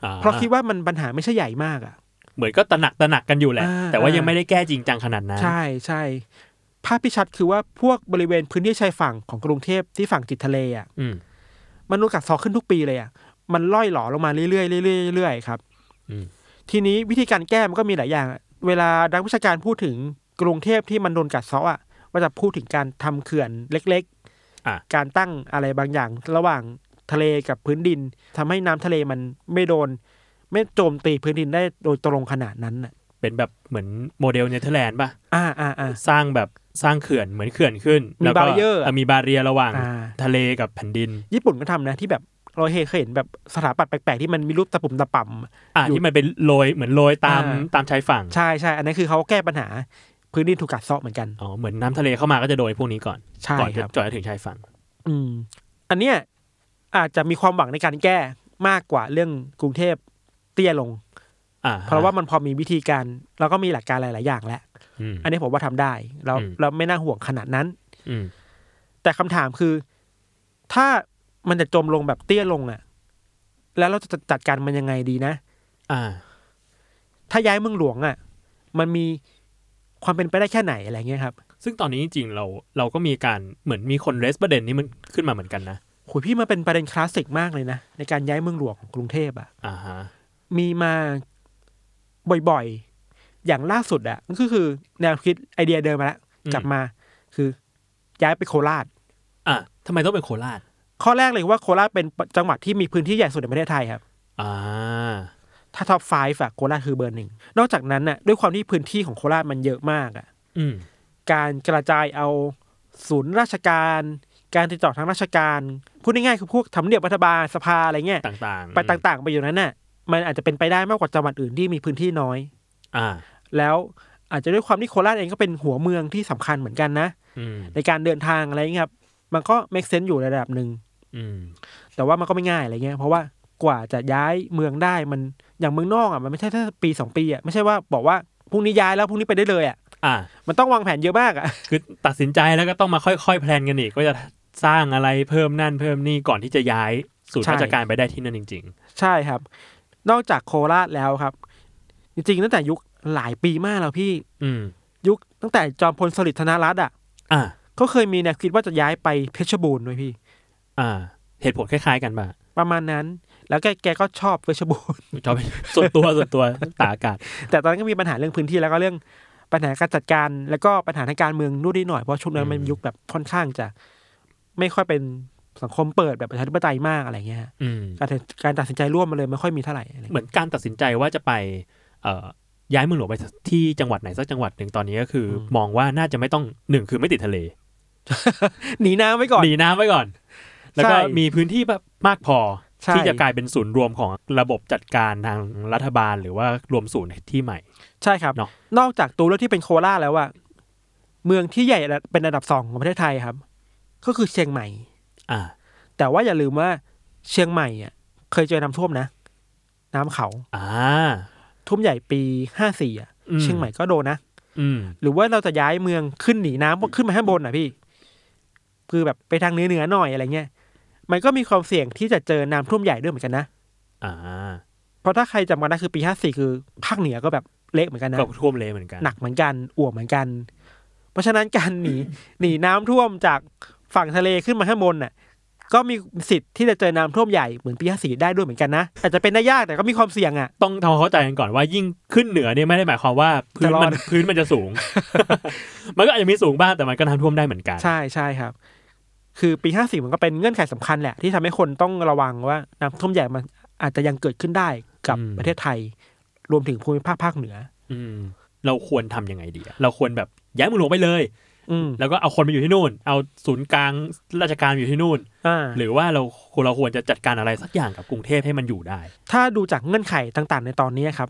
อ่ เพราะคิดว่ามันปัญหาไม่ใช่ใหญ่มากอ่ะ เหมือนก็ตระหนักตระหนักกันอยู่แหละ อ่า แต่ว่า อ่ายั ยังไม่ได้แก้จริงจังขนาดนั้น ใช่ใช่ภาพที่ชัดคือว่าพวกบริเวณพื้นที่ชายฝั่งของกรุงเทพที่ฝั่งติดทะเลอ่ะ อืม มันรูกัดเซอขึ้นทุกปีเลยอ่ะมันล่อยหลอลงมาเรื่อยๆเรื่อยๆเรื่อยๆครับ อืม ทีนี้วิธีการแก้มันก็มีหลายอย่างอะเวลานักวิชาการพูดถึงกรุงเทพที่มันโดนกัดเซาะอ่ะว่าจะพูดถึงการทำเขื่อนเล็ก อ่ะ การตั้งอะไรบางอย่าง ระหว่างทะเลกับพื้นดินทำให้น้ำทะเลมันไม่โดน ไม่โจมตีพื้นดินได้โดยตรงขนาดนั้นน่ะ เป็นแบบเหมือนโมเดลเนเธอร์แลนด์ป่ะ อ่าอ่าอ่า [laughs] สร้างแบบสร้างเขื่อนเหมือนเขื่อนขึ้น มี แล้วก็ barrier อะ ะมีบาเรียระหว่าง อ่า ทะเลกับแผ่นดิน ญี่ปุ่นก็ทำนะที่แบบเราเคยเห็นแบบสถาปัตย์แปลกๆที่มันมีรูปตะปุ่มตะป่ำ อ่า อยู่ ที่มันเป็นโรยเหมือนโรยตาม อ่า ตามชายฝั่ง ใช่ใช่อันนั้นคือเขาแก้ปัญหา พื้นดินถูกกัดเซาะเหมือนกัน อ๋อ เหมือนน้ำทะเลเข้ามาก็จะโดยพวกนี้ก่อน ใช่ ก่อน ค จะ รับ จ่อยถึงชายฝั่ง อืมอันเนี้ยอาจจะมีความหวังในการแก้มากกว่าเรื่องกรุงเทพเตี้ยลง อ่า เพราะว่ามันพอมีวิธีการแล้วก็มีหลักการหลาย ๆ อย่างแล้ว อืม อันนี้ผมว่าทำได้เรา อืม เราไม่น่าห่วงขนาดนั้น อืม แต่คำถามคือ ถ้ามันจะจมลงแบบเตี้ยลงอะแล้วเราจะจัดการมันยังไงดีนะ อ่า ถ้าย้ายเมืองหลวงอะ่ะ มันมีความเป็นไปได้แค่ไหนอะไรเงี้ยครับ ซึ่งตอนนี้จริงๆเราเราก็มีการเหมือนมีคนเรสประเด็นนี้มันขึ้นมาเหมือนกันนะ โหยพี่มาเป็นประเด็นคลาสสิกมากเลยนะในการย้ายเมืองหลวงของกรุงเทพอะ่ะ อ่าฮะ มีมาบ่อยๆ อย่างล่าสุดอะ่ะก็คือแนวคิดไอเดียเดิมมาแล้ว อืม กลับมา คือย้ายไปโคราช อ่ะทำไมต้องเป็นโคราช ข้อแรกเลยว่าโคราชเป็นจังหวัดที่มีพื้นที่ใหญ่สุดในประเทศไทยครับ อ่า ถ้าท็อปไฟฟ์อะโคราชคือเบอร์หนึ่งนอกจากนั้นน่ะด้วยความที่พื้นที่ของโคราชมันเยอะมากอ่ะ อืม การกระจายเอาศูนย์ราชการ การติดต่อทางราชการพูดง่ายๆคือพวกทำเนียบรัฐบาลสภาอะไรเงี้ย ต่างๆ ไปต่างๆ ไปอยู่นั้นน่ะ มันอาจจะเป็นไปได้มากกว่าจังหวัดอื่นที่มีพื้นที่น้อย อ่า แล้วอาจจะด้วยความที่โคราชเองก็เป็นหัวเมืองที่สำคัญเหมือนกันนะ อืม ในการเดินทางอะไรเงี้ยครับมันก็ make sense อยู่ในระดับหนึ่ง อืม แต่ว่ามันก็ไม่ง่ายอะไรเงี้ยเพราะว่ากว่าจะย้ายเมืองได้มันอย่างเมืองนอกอ่ะมันไม่ใช่แค่ปีสองปีอ่ะไม่ใช่ว่าบอกว่าพรุ่งนี้ย้ายแล้วพรุ่งนี้ไปได้เลยอ่ะ อ่า มันต้องวางแผนเยอะมากอ่ะ คือตัดสินใจแล้วก็ต้องมาค่อยๆ แพลนกันอีกว่าจะสร้างอะไรเพิ่มนั่นเพิ่มนี่ก่อนที่จะย้ายศูนย์ ใช่ ราชการไปได้ที่นั่นจริง ใช่ครับ นอกจากโคราชแล้วครับ จริงๆตั้งแต่ยุคหลายปีมากแล้วพี่ ๆ อืม ยุคตั้งแต่จอมพลสฤษดิ์ธนรัตน์อ่ะ อ่า เขาเคยมีแนวคิดว่าจะย้ายไปเพชรบูรณ์ด้วยพี่ อ่า เหตุผลคล้ายๆกันป่ะ ประมาณนั้น แล้วแกแกก็ชอบเพชรบูรณ์ [laughs] ชอบ ส่วนตัวส่วนตัวตากอากาศ แต่ตอนนั้นก็มีปัญหาเรื่องพื้นที่แล้วก็เรื่องปัญหาการจัดการ แล้วก็ปัญหาทางการเมืองนู่นนี่หน่อยเพราะช่วงนั้นมัน อืม ยุคแบบค่อนข้างจะ ไม่ค่อยเป็นสังคมเปิดแบบประชาธิปไตยมากอะไรเงี้ย อืม การตัดการตัดสินใจร่วมมาเลยไม่ค่อยมีเท่าไหร่อะไร เหมื เงี้ย อนการตัดสินใจว่าจะไปเอ่อย้ายเมืองหลวงไปที่จังหวัดไหนสักจังหวัดหนึ่งตอนนี้ก็คืออมองว่าน่าจะไม่ต้องหนึ่งคือไม่ติดทะเล หนีน้ำไว้ก่อน หนีน้ำไว้ก่อน แล้วก็ ใช่ มีพื้นที่แบบมากพอ ใช่ ที่จะกลายเป็นศูนย์รวมของระบบจัดการทางรัฐบาลหรือว่ารวมศูนย์ที่ใหม่ ใช่ครับ เนอะ นอกจากตัวเลือกที่เป็นโคราชแล้วอะเมืองที่ใหญ่เป็นอันดับสองของประเทศไทยครับ ก็คือเชียงใหม่ อ่า แต่ว่าอย่าลืมว่าเชียงใหม่อะเคยเจอน้ำท่วมนะ น้ำเขา อ่า ท่วมใหญ่ปีห้าสี่อะ อืม เชียงใหม่ก็โดนนะ อืม หรือว่าเราจะย้ายเมืองขึ้นหนีน้ำขึ้นมาข้างบนอ่ะพี่ คือแบบไปทางเหนือๆหน่อยอะไรเงี้ยมันก็มีความเสี่ยงที่จะเจอน้ำท่วมใหญ่ด้วยเหมือนกันนะ อ่า เพราะถ้าใครจำกันได้คือปี 54 คือภาคเหนือก็แบบเละเหมือนกันนะ ก็ท่วมเลยเหมือนกัน หนักเหมือนกันอ่วมเหมือนกัน เพราะฉะนั้นการหนี หนีน้ำท่วมจากฝั่งทะเลขึ้นมาข้างบนน่ะ ก็มีสิทธิ์ที่จะเจอน้ำท่วมใหญ่เหมือนปีห้าสี่ได้ด้วยเหมือนกันนะอาจจะเป็นได้ยากแต่ก็มีความเสี่ยงอ่ะ ต้องทำความเข้าใจกันก่อนว่ายิ่งขึ้นเหนือเนี่ยไม่ได้หมายความว่าพื้น จะรอ มั ด นพื้นมันจะสูง [laughs] มันก็อาจจะมีสูงบ้างแต่มันก็น้ำท่วมได้เหมือนกัน ใช่ใช่ครับ คือปีห้าสี่มันก็เป็นเงื่อนไขสำคัญแหละ ที่ทำให้คนต้องระวังว่าน้ำท่วมใหญ่มันอาจจะยังเกิดขึ้นได้กับ อืม ประเทศไทย รวมถึงภูมิภาคภาคเหนือ อืมเราควรทำยังไงดีอะเราควรแบบย้ายเมืองหลวงไปเลย อืม แล้วก็เอาคนไปอยู่ที่นู่น เอาศูนย์กลางราชการไปอยู่ที่นู่น อ่า หรือว่าเราเราควรจะจัดการอะไรสักอย่างกับกรุงเทพให้มันอยู่ได้ ถ้าดูจากเงื่อนไขต่าง ๆ ในตอนนี้ครับ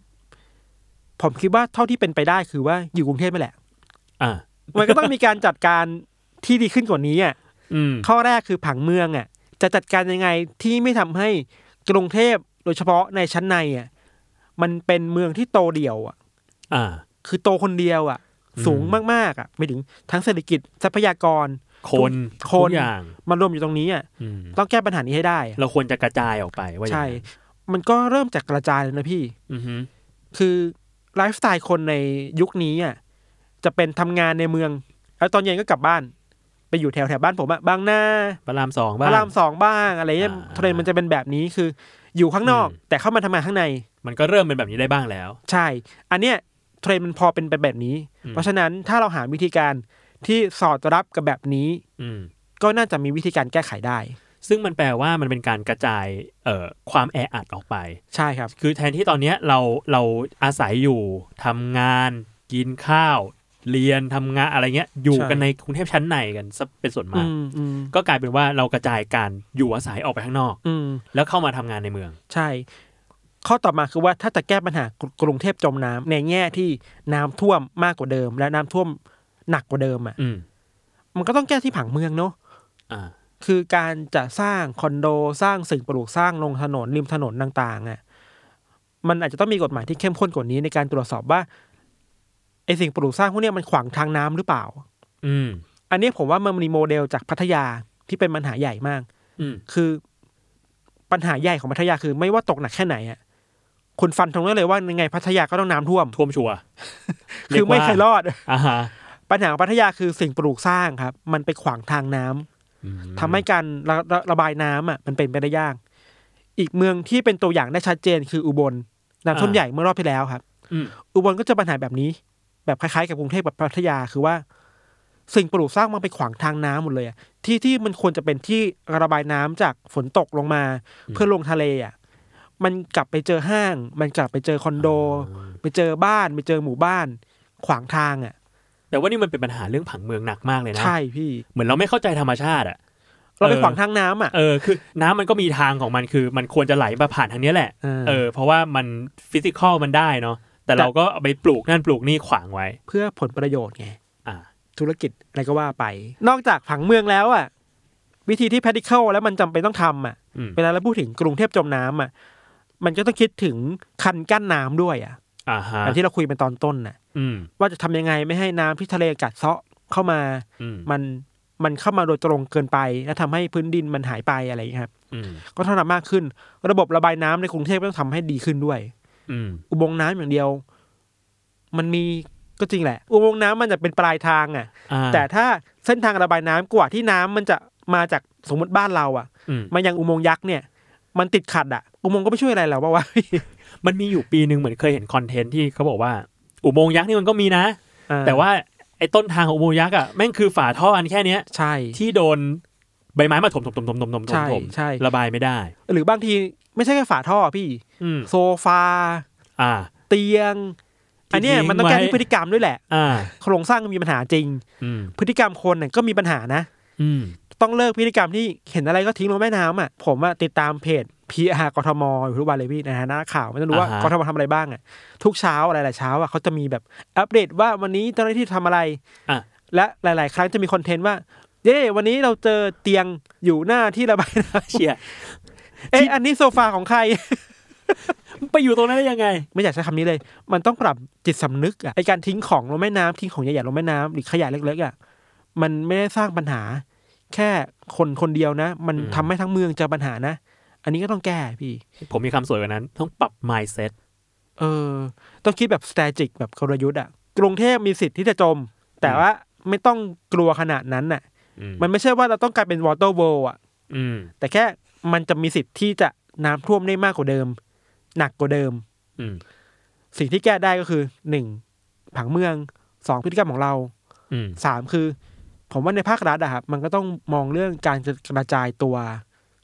ผมคิดว่าเท่าที่เป็นไปได้คือว่าอยู่กรุงเทพไปแหละ อ่า มันก็ต้องมีการจัดการที่ดีขึ้นกว่านี้อ่ะ อืม ข้อแรกคือผังเมืองอ่ะ จะจัดการยังไงที่ไม่ทำให้กรุงเทพโดยเฉพาะในชั้นในอ่ะ มันเป็นเมืองที่โตเดี่ยวอ่ะ อ่า คือโตคนเดียวอ่ะ อืม สูงมากๆอ่ะไม่ถึงทั้งเศรษฐกิจทรัพยากร คน คน ทุกอย่าง มารวมอยู่ตรงนี้อ่ะ อืม ต้องแก้ปัญหานี้ให้ได้อะ เราควรจะกระจายออกไปว่าอย่าง ใช่ นั้น มันก็เริ่มจากกระจายแล้วนะพี่ อือฮึ คือไลฟ์สไตล์คนในยุคนี้อ่ะจะเป็นทำงานในเมือง แล้วตอนเย็นก็กลับบ้าน ไปอยู่แถวแถวๆบ้านผมอะบางนา พระรามสอง พ บ้าง ระรามสองบ้างอะไรเงี้ย อ่า เทรนด์มันจะเป็นแบบนี้คืออยู่ข้างนอก อืม แต่เข้ามาทำงานข้างใน มันก็เริ่มเป็นแบบนี้ได้บ้างแล้ว ใช่ อันเนี้ยเทรนด์มันพอเป็นไปแบบนี้ อืม เพราะฉะนั้นถ้าเราหาวิธีการที่สอดรับกับแบบนี้ อืม ก็น่าจะมีวิธีการแก้ไขได้ ซึ่งมันแปลว่ามันเป็นการกระจายเอ่อความแออัดออกไป ใช่ครับ คือแทนที่ตอนเนี้ยเราเราอาศัยอยู่ทำงานกินข้าว เรียนทำงานอะไรเงี้ย อยู่ ใช่ กันในกรุงเทพชั้นในกันซะเป็นส่วนมา อื ก มอืม ก็กลายเป็นว่าเรากระจายการอยู่อาศัยออกไปข้างนอก อืม แล้วเข้ามาทำงานในเมือง ใช่ ข้อต่อมาคือว่าถ้าจะแก้ปัญหากรุกรุงเทพจมน้ำในแง่ที่น้ำท่วมมากกว่าเดิม และน้ำท่วมหนักกว่าเดิมอ่ะ อืม มันก็ต้องแก้ที่ผังเมืองเนาะ อ่า คือการจะสร้างคอนโดสร้างสิ่งปลูกสร้างลงถนนริมถนนต่างๆอ่ะมันอาจจะต้องมีกฎหมายที่เข้มข้นกว่านี้ในการตรวจสอบว่าไอสิ่งปลูกสร้างพวกเนี้ยมันขวางทางน้ำหรือเปล่า อืม อันเนี้ยผมว่ามันมีโมเดลจากพัทยาที่เป็นปัญหาใหญ่มาก อืม คือปัญหาใหญ่ของพัทยาคือไม่ว่าตกหนักแค่ไหนอ่ะคุณฟันธงได้เลยว่ายังไงพัทยาก็ต้องน้ำท่วม ท่วมชัวร์ คือไม่เคยรอด อ่าฮะ ปัญหาของพัทยาคือสิ่งปลูกสร้างครับ มันไปขวางทางน้ำ อืม ทำให้การระระระบายน้ำอ่ะมันเป็นไปได้ยาก อีกเมืองที่เป็นตัวอย่างได้ชัดเจนคืออุบลน้ำท่วมใหญ่เมื่อรอบที่แล้วครับ อืม อุบลก็เจอปัญหาแบบนี้ แบบคล้ายๆกับกรุงเทพแบบพัทยาคือว่า สิ่งปลูกสร้างมันไปขวางทางน้ำหมดเลยอะที่ที่มันควรจะเป็นที่ระบายน้ำจากฝนตกลงมา อืม เพื่อลงทะเลอ่ะมันกลับไปเจอห้าง มันกลับไปเจอคอนโด ไปเจอบ้านไปเจอหมู่บ้าน ขวางทางอ่ะ แต่ว่านี่มันเป็นปัญหาเรื่องผังเมืองหนักมากเลยนะ ใช่พี่ เหมือนเราไม่เข้าใจธรรมชาติอ่ะ เราไป เออ ขวางทางน้ำอ่ะ เออ คือน้ำมันก็มีทางของมันคือ มันควรจะไหลมาผ่านทางเนี้ยแหละ า เออ เพราะว่ามันฟิสิกอลมันได้เนาะ แต่เราก็เอาไปปลูกนั่นปลูกนี่ขวางไว้ เพื่อผลประโยชน์ไง อ่า ธุรกิจอะไรก็ว่าไป นอกจากผังเมืองแล้วอ่ะ วิธีที่ practical แล้วมันจำเป็นต้องทำอ่ะ อืม เวลาเราพูดถึงกรุงเทพจมน้ำอ่ะ มันก็ต้องคิดถึงคันกั้นน้ำด้วยอ่ะ อ่าฮะ อย่างที่เราคุยเป็นตอนต้นน่ะ อืม ว่าจะทำยังไงไม่ให้น้ำที่ทะเลกัดเซาะเข้ามา อืม มันมันเข้ามาโดยตรงเกินไป และทำให้พื้นดินมันหายไปอะไรอย่างเงี้ยครับ อืม ก็เท่านั้นมากขึ้น ระบบระบายน้ำในกรุงเทพก็ต้องทำให้ดีขึ้นด้วย อืม อุโมงค์น้ำอย่างเดียว มันมีก็จริงแหละ อุโมงค์น้ำมันจะเป็นปลายทางอ่ะ อ่า แต่ถ้าเส้นทางระบายน้ำกว่าที่น้ำมันจะมาจากสมมติบ้านเราอะ อืม มายังอุโมงค์ยักษ์เนี่ย มันติดขัดอะอุโมงค์ก็ไม่ช่วยอะไรเราปะ [laughs] วะ มันมีอยู่ปีหนึ่งเหมือนเคยเห็นคอนเทนต์ที่เขาบอกว่า อุโมงค์ยักษ์นี่มันก็มีนะ แต่ว่าไอ้ต้นทางของอุโมงค์ยักษ์อ่ะแม่งคือฝาท่ออันแค่เนี้ย ใช่ ที่โดนใบไม้มาถมถมถมถมถมถมถ ใช่ มถม ใช่ ระบายไม่ได้ หรือบางทีไม่ใช่แค่ฝาท่อพี่ อืม โซฟา อ่า เตียง ที่ อันเนี้ย ทิ้ง มันต้องแก้ที่ ไว้ พฤติกรรมด้วยแหละ อ่า โครงสร้างมีปัญหาจริง อืม พฤติกรรมคนเนี่ยก็มีปัญหานะ อืม ต้องเลิกพฤติกรรมที่เห็นอะไรก็ทิ้งลงแม่น้ำอ่ะผมอะติดตามเพจ PR กทมอยู่ทุกวันเลยพี่ในฐานะข่าวไม่ต้องรู้ว่า อ่าฮะ กทมทำอะไรบ้างอ่ะทุกเช้าหลายๆเช้าอ่ะเขาจะมีแบบอัปเดตว่าวันนี้เจ้าหน้าที่ทำอะไร อ่ะ และหลาย ๆ ครั้งจะมีคอนเทนต์ว่า เย้วันนี้เราเจอเตียงอยู่หน้าที่ระบายน้ เชีย ำเอ๊ะอันนี้โซฟาของใคร ไปอยู่ตรงนั้นได้ยังไง ไม่อยากใช้คำนี้เลย มันต้องปรับจิตสำนึกอ่ะไอการทิ้งของลงแม่น้ำทิ้งของใหญ่ๆลงแม่น้ำหรือขยะเล็ก ๆ อ่ะมันไม่ได้สร้างปัญหา แค่คนคนเดียวนะ มัน อืม ทำให้ทั้งเมืองเจอปัญหานะ อันนี้ก็ต้องแก้พี่ ผมมีคำสวยกว่านั้น ต้องปรับ mindset เออ ต้องคิดแบบ strategic แบบกลยุทธ์อะกรุงเทพมีสิทธิ์ที่จะจม แต่ว่าไม่ต้องกลัวขนาดนั้นน่ะ มันไม่ใช่ว่าเราต้องกลายเป็น water world อะ อืม แต่แค่มันจะมีสิทธิ์ที่จะน้ำท่วมได้มากกว่าเดิม หนักกว่าเดิม อืม สิ่งที่แก้ได้ก็คือหนึ่งผังเมืองสองพฤติกรรมของเรา อืม สามคือ ผมว่าในภาครัฐอะครับมันก็ต้องมองเรื่องการกระจายตัว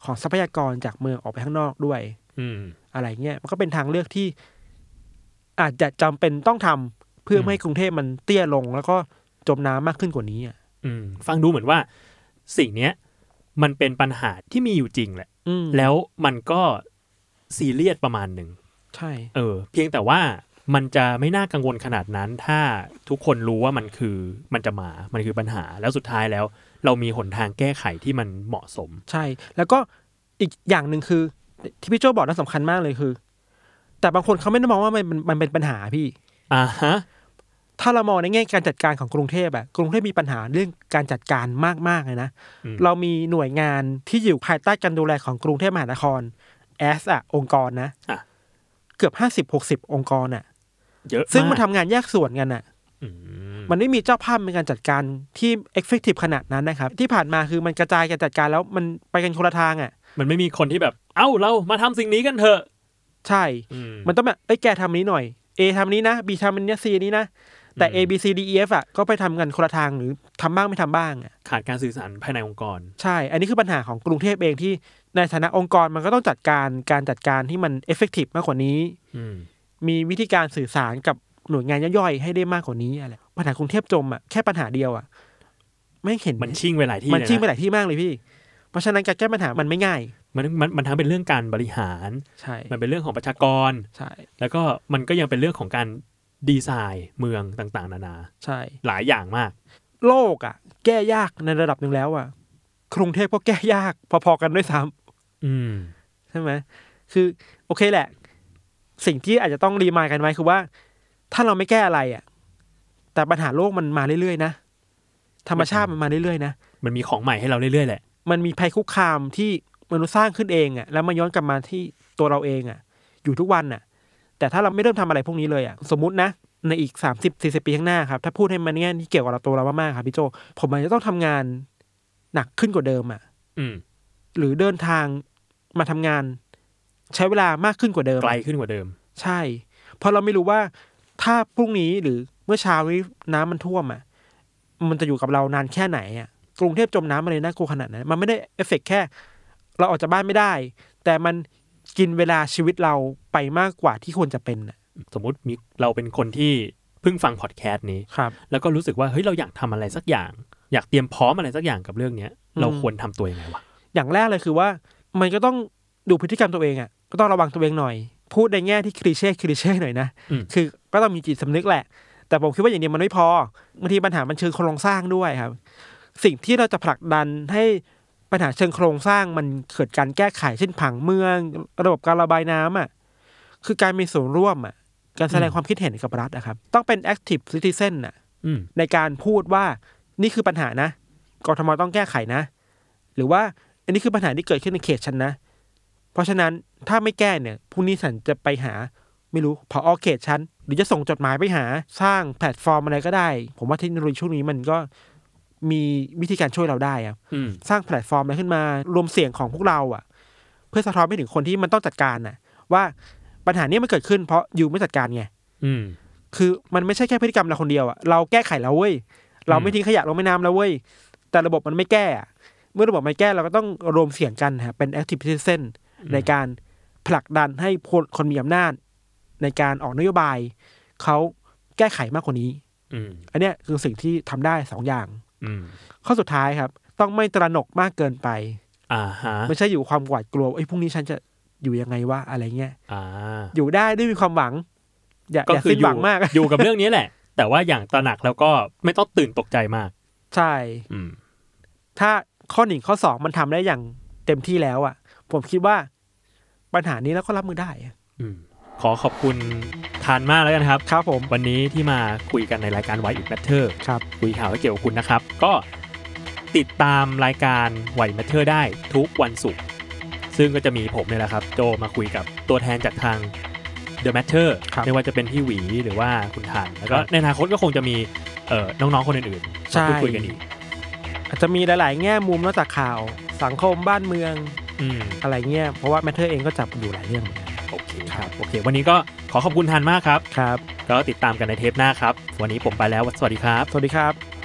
ของทรัพยากรจากเมืองออกไปข้างนอกด้วย อืม อะไรเงี้ยมันก็เป็นทางเลือกที่อาจจะจำเป็นต้องทำเพื่อ อืม ไม่ให้กรุงเทพมันเตี้ยลง แล้วก็จมน้ำมากขึ้นกว่านี้อ่ะ อืมฟังดูเหมือนว่า สิ่งเนี้ย มันเป็นปัญหาที่มีอยู่จริงแหละ อืม แล้วมันก็ซีเรียสประมาณหนึ่ง ใช่ เออ เพียงแต่ว่ามันจะไม่น่ากังวลขนาดนั้น ถ้าทุกคนรู้ว่ามันคือมันจะมา มันคือปัญหา แล้วสุดท้ายแล้ว เรามีหนทางแก้ไขที่มันเหมาะสม ใช่ แล้วก็อีกอย่างหนึ่งคือ ที่พี่โจบอกน่าสำคัญมากเลยคือ แต่บางคนเขาไม่ได้มองว่ามันมันมันเป็นปัญหาพี่ อ่าฮะ ถ้าเรามองในแง่การจัดการของกรุงเทพอะกรุงเทพมีปัญหาเรื่องการจัดการมากๆเลยนะ อืม เรามีหน่วยงานที่อยู่ภายใต้การดูแลของกรุงเทพมหานครแอสอะองค์กรนะ อ่ะ เกือบห้าสิบหกสิบองค์กรอะ เยอะาก ซึ่งมันทำงานแยกส่วนกันน่ะ อืม มันไม่มีเจ้าภาพในการจัดการที่ effective ขนาดนั้นนะครับ ที่ผ่านมาคือมันกระจายการจัดการแล้วมันไปกันคนละทางอ่ะ มันไม่มีคนที่แบบ เอ้าเรามาทำสิ่งนี้กันเถอะ ใช่ มันต้องแบบเอ้ยแกทำนี้หน่อย A ทำนี้นะ B ทำอันเนี้ย C นี้นะ แต่ A B C D E F อ่ะก็ไปทำกันคนละทางหรือทำบ้างไม่ทำบ้างอ่ะ ขาดการสื่อสารภายในองค์กร ใช่ อันนี้คือปัญหาของกรุงเทพเองที่ในฐานะองค์กรมันก็ต้องจัดการการจัดการที่มัน effective มากกว่านี้ อืม มีวิธีการสื่อสารกับหน่วยงานย่อยๆให้ได้มากกว่านี้อะไรปัญหากรุงเทพจมอ่ะแค่ปัญหาเดียวอ่ะไม่เห็น มันชิ่งไปหลายที่ มัน เลยะ ชิ่งไปหลายที่มากเลยพี่ เพราะฉะนั้นการแก้ปัญหามันไม่ง่าย มันมันมันทั้งเป็นเรื่องการบริหาร ใช่ มันเป็นเรื่องของประชากร ใช่ แล้วก็มันก็ยังเป็นเรื่องของการดีไซน์เมืองต่างๆ นานา ใช่ หลายอย่างมาก โลกอ่ะ แก้ยากในระดับหนึ่งแล้วอ่ะกรุงเทพก็แก้ยากพอๆกันด้วยซ้ อืม ำใช่ไหมคือโอเคแหละ สิ่งที่อาจจะต้องรีมายด์กันไว้คือว่า ถ้าเราไม่แก้อะไรอ่ะ แต่ปัญหาโลกมันมาเรื่อยๆนะธรรมชาติมันมาเรื่อยๆนะ มันมีของใหม่ให้เราเรื่อยๆแหละ มันมีภัยคุกคามที่มนุษย์สร้างขึ้นเองอ่ะแล้วมันย้อนกลับมาที่ตัวเราเองอ่ะ อยู่ทุกวันน่ะ แต่ถ้าเราไม่เริ่มทำอะไรพวกนี้เลยอ่ะ สมมตินะ ในอีก 30 40 ปีข้างหน้าครับ ถ้าพูดให้มันแง่ที่เกี่ยวกับเราตัวเรามากๆครับพี่โจ ผมอาจจะต้องทำงานหนักขึ้นกว่าเดิมอ่ะ อืม หรือเดินทางมาทำงาน ใช้เวลามากขึ้นกว่าเดิม ไกลขึ้นกว่าเดิม ใช่เพราะเราไม่รู้ว่าถ้าพรุ่งนี้หรือเมื่อเช้านี้น้ำมันท่วมอ่ะ มันจะอยู่กับเรานานแค่ไหนอ่ะ กรุงเทพจมน้ำอะไรน่ากลัวขนาดนั้น มันไม่ได้เอฟเฟกต์แค่ เราออกจากบ้านไม่ได้ แต่มันกินเวลาชีวิตเราไปมากกว่าที่ควรจะเป็นน่ะ สมมุติมีเราเป็นคนที่เพิ่งฟังพอดแคสต์นี้ ครับ แล้วก็รู้สึกว่าเฮ้ยเราอยากทำอะไรสักอย่าง อยากเตรียมพร้อมอะไรสักอย่างกับเรื่องเนี้ย เรา อืม ควรทำตัวยังไงวะ อย่างแรกเลยคือว่ามันก็ต้องดูพฤติกรรมตัวเองอ่ะก็ต้องระวังตัวเองหน่อย พูดในแง่ที่คลีเช่คลีเช่หน่อยนะ อืม คือก็ต้องมีจิตสำนึกแหละ แต่ผมคิดว่าอย่างเดียวมันไม่พอบางทีปัญหามันเชิงโครงสร้างด้วยครับ สิ่งที่เราจะผลักดันให้ปัญหาเชิงโครงสร้างมันเกิดการแก้ไขเช่นผังเมือง ระบบการระบายน้ำอ่ะคือการมีส่วนร่วมอ่ะการแสดงความคิดเห็นกับรัฐนะครับต้องเป็น active citizen อ่ะ อืม ในการพูดว่านี่คือปัญหานะกรทมต้องแก้ไขนะ หรือว่าอันนี้คือปัญหาที่เกิดขึ้นในเขตฉันนะ เพราะฉะนั้นถ้าไม่แก้เนี่ยพรุ่งนี้ฉันจะไปหาไม่รู้พออเขตฉันหรือจะส่งจดหมายไปหา สร้างแพลตฟอร์มอะไรก็ได้ ผมว่าเทคโนโลยีช่วงนี้มันก็มีวิธีการช่วยเราได้อะ อืม สร้างแพลตฟอร์มอะไรขึ้นมารวมเสียงของพวกเราอ่ะ เพื่อสะท้อนไปถึงคนที่มันต้องจัดการน่ะ ว่าปัญหาเนี้มันเกิดขึ้นเพราะอยู่ไม่จัดการไง อืม คือมันไม่ใช่แค่พฤติกรรมเราคนเดียวอะเราแก้ไขแล้วเว้ย เราไม่ อืม ทิ้งขยะลงแม่น้ำแล้วเว้ย แต่ระบบมันไม่แก้อะเมื่อระบบมันแก้เราก็ต้องรวมเสียงกันฮะเป็น active citizen ในการผลักดันให้คนคนมีอำนาจ ในการออกนโยบาย เขาแก้ไขมากกว่านี้ อืม อันเนี้ยคือสิ่งที่ทำได้สองอย่าง อืม ข้อสุดท้ายครับ ต้องไม่ตระหนกมากเกินไป อ่าฮะ ไม่ใช่อยู่ความหวาดกลัวไอ้ยพรุ่งนี้ฉันจะอยู่ยังไงวะอะไรเงี้ย อ่า อยู่ได้ด้วยมีความหวัง อย่า ก็ อย่า คือ สิ้อนห ยู่ วังมาก อยู่กับเรื่องนี้แหละ แต่ว่าอย่างตระหนักแล้วก็ไม่ต้องตื่นตกใจมาก ใช่ อืม ถ้าข้อหนึ่งข้อสองมันทำได้อย่างเต็มที่แล้วอะ่ะ ผมคิดว่าปัญหานี้แล้วก็รับมือได้อะ อืม ขอขอบคุณทานมากแล้วกันครับ ครับผม วันนี้ที่มาคุยกันในรายการไว้อีกแบทเทอร์ ครับ คุยข่าวให้เกี่ยวกับคุณนะครับ ก็ ติดตามรายการไหวมัทเทอร์ได้ทุกวันศุกร์ซึ่งก็จะมีผมเนี่ยแหละครับ โจมาคุยกับตัวแทนจากทาง The Matter ครับ ไม่ว่าจะเป็นพี่หวีหรือว่าคุณทันแล้วก็ ครับ ในอนาคตก็คงจะมีเอ่อน้องๆคนอื่นๆ ใช่ มาพูดคุยกันอีก อาจจะมีหลาย ๆ แง่มุมนอกจากข่าว สังคมบ้านเมือง อืม อะไรเงี้ยเพราะว่าแมทเทอร์เองก็จับอยู่หลายเรื่องเหมือนกัน โอเคครับโอเค วันนี้ก็ขอขอบคุณทันมากครับ ครับ แล้วก็ติดตามกันในเทปหน้าครับ วันนี้ผมไปแล้ว สวัสดีครับ สวัสดีครับ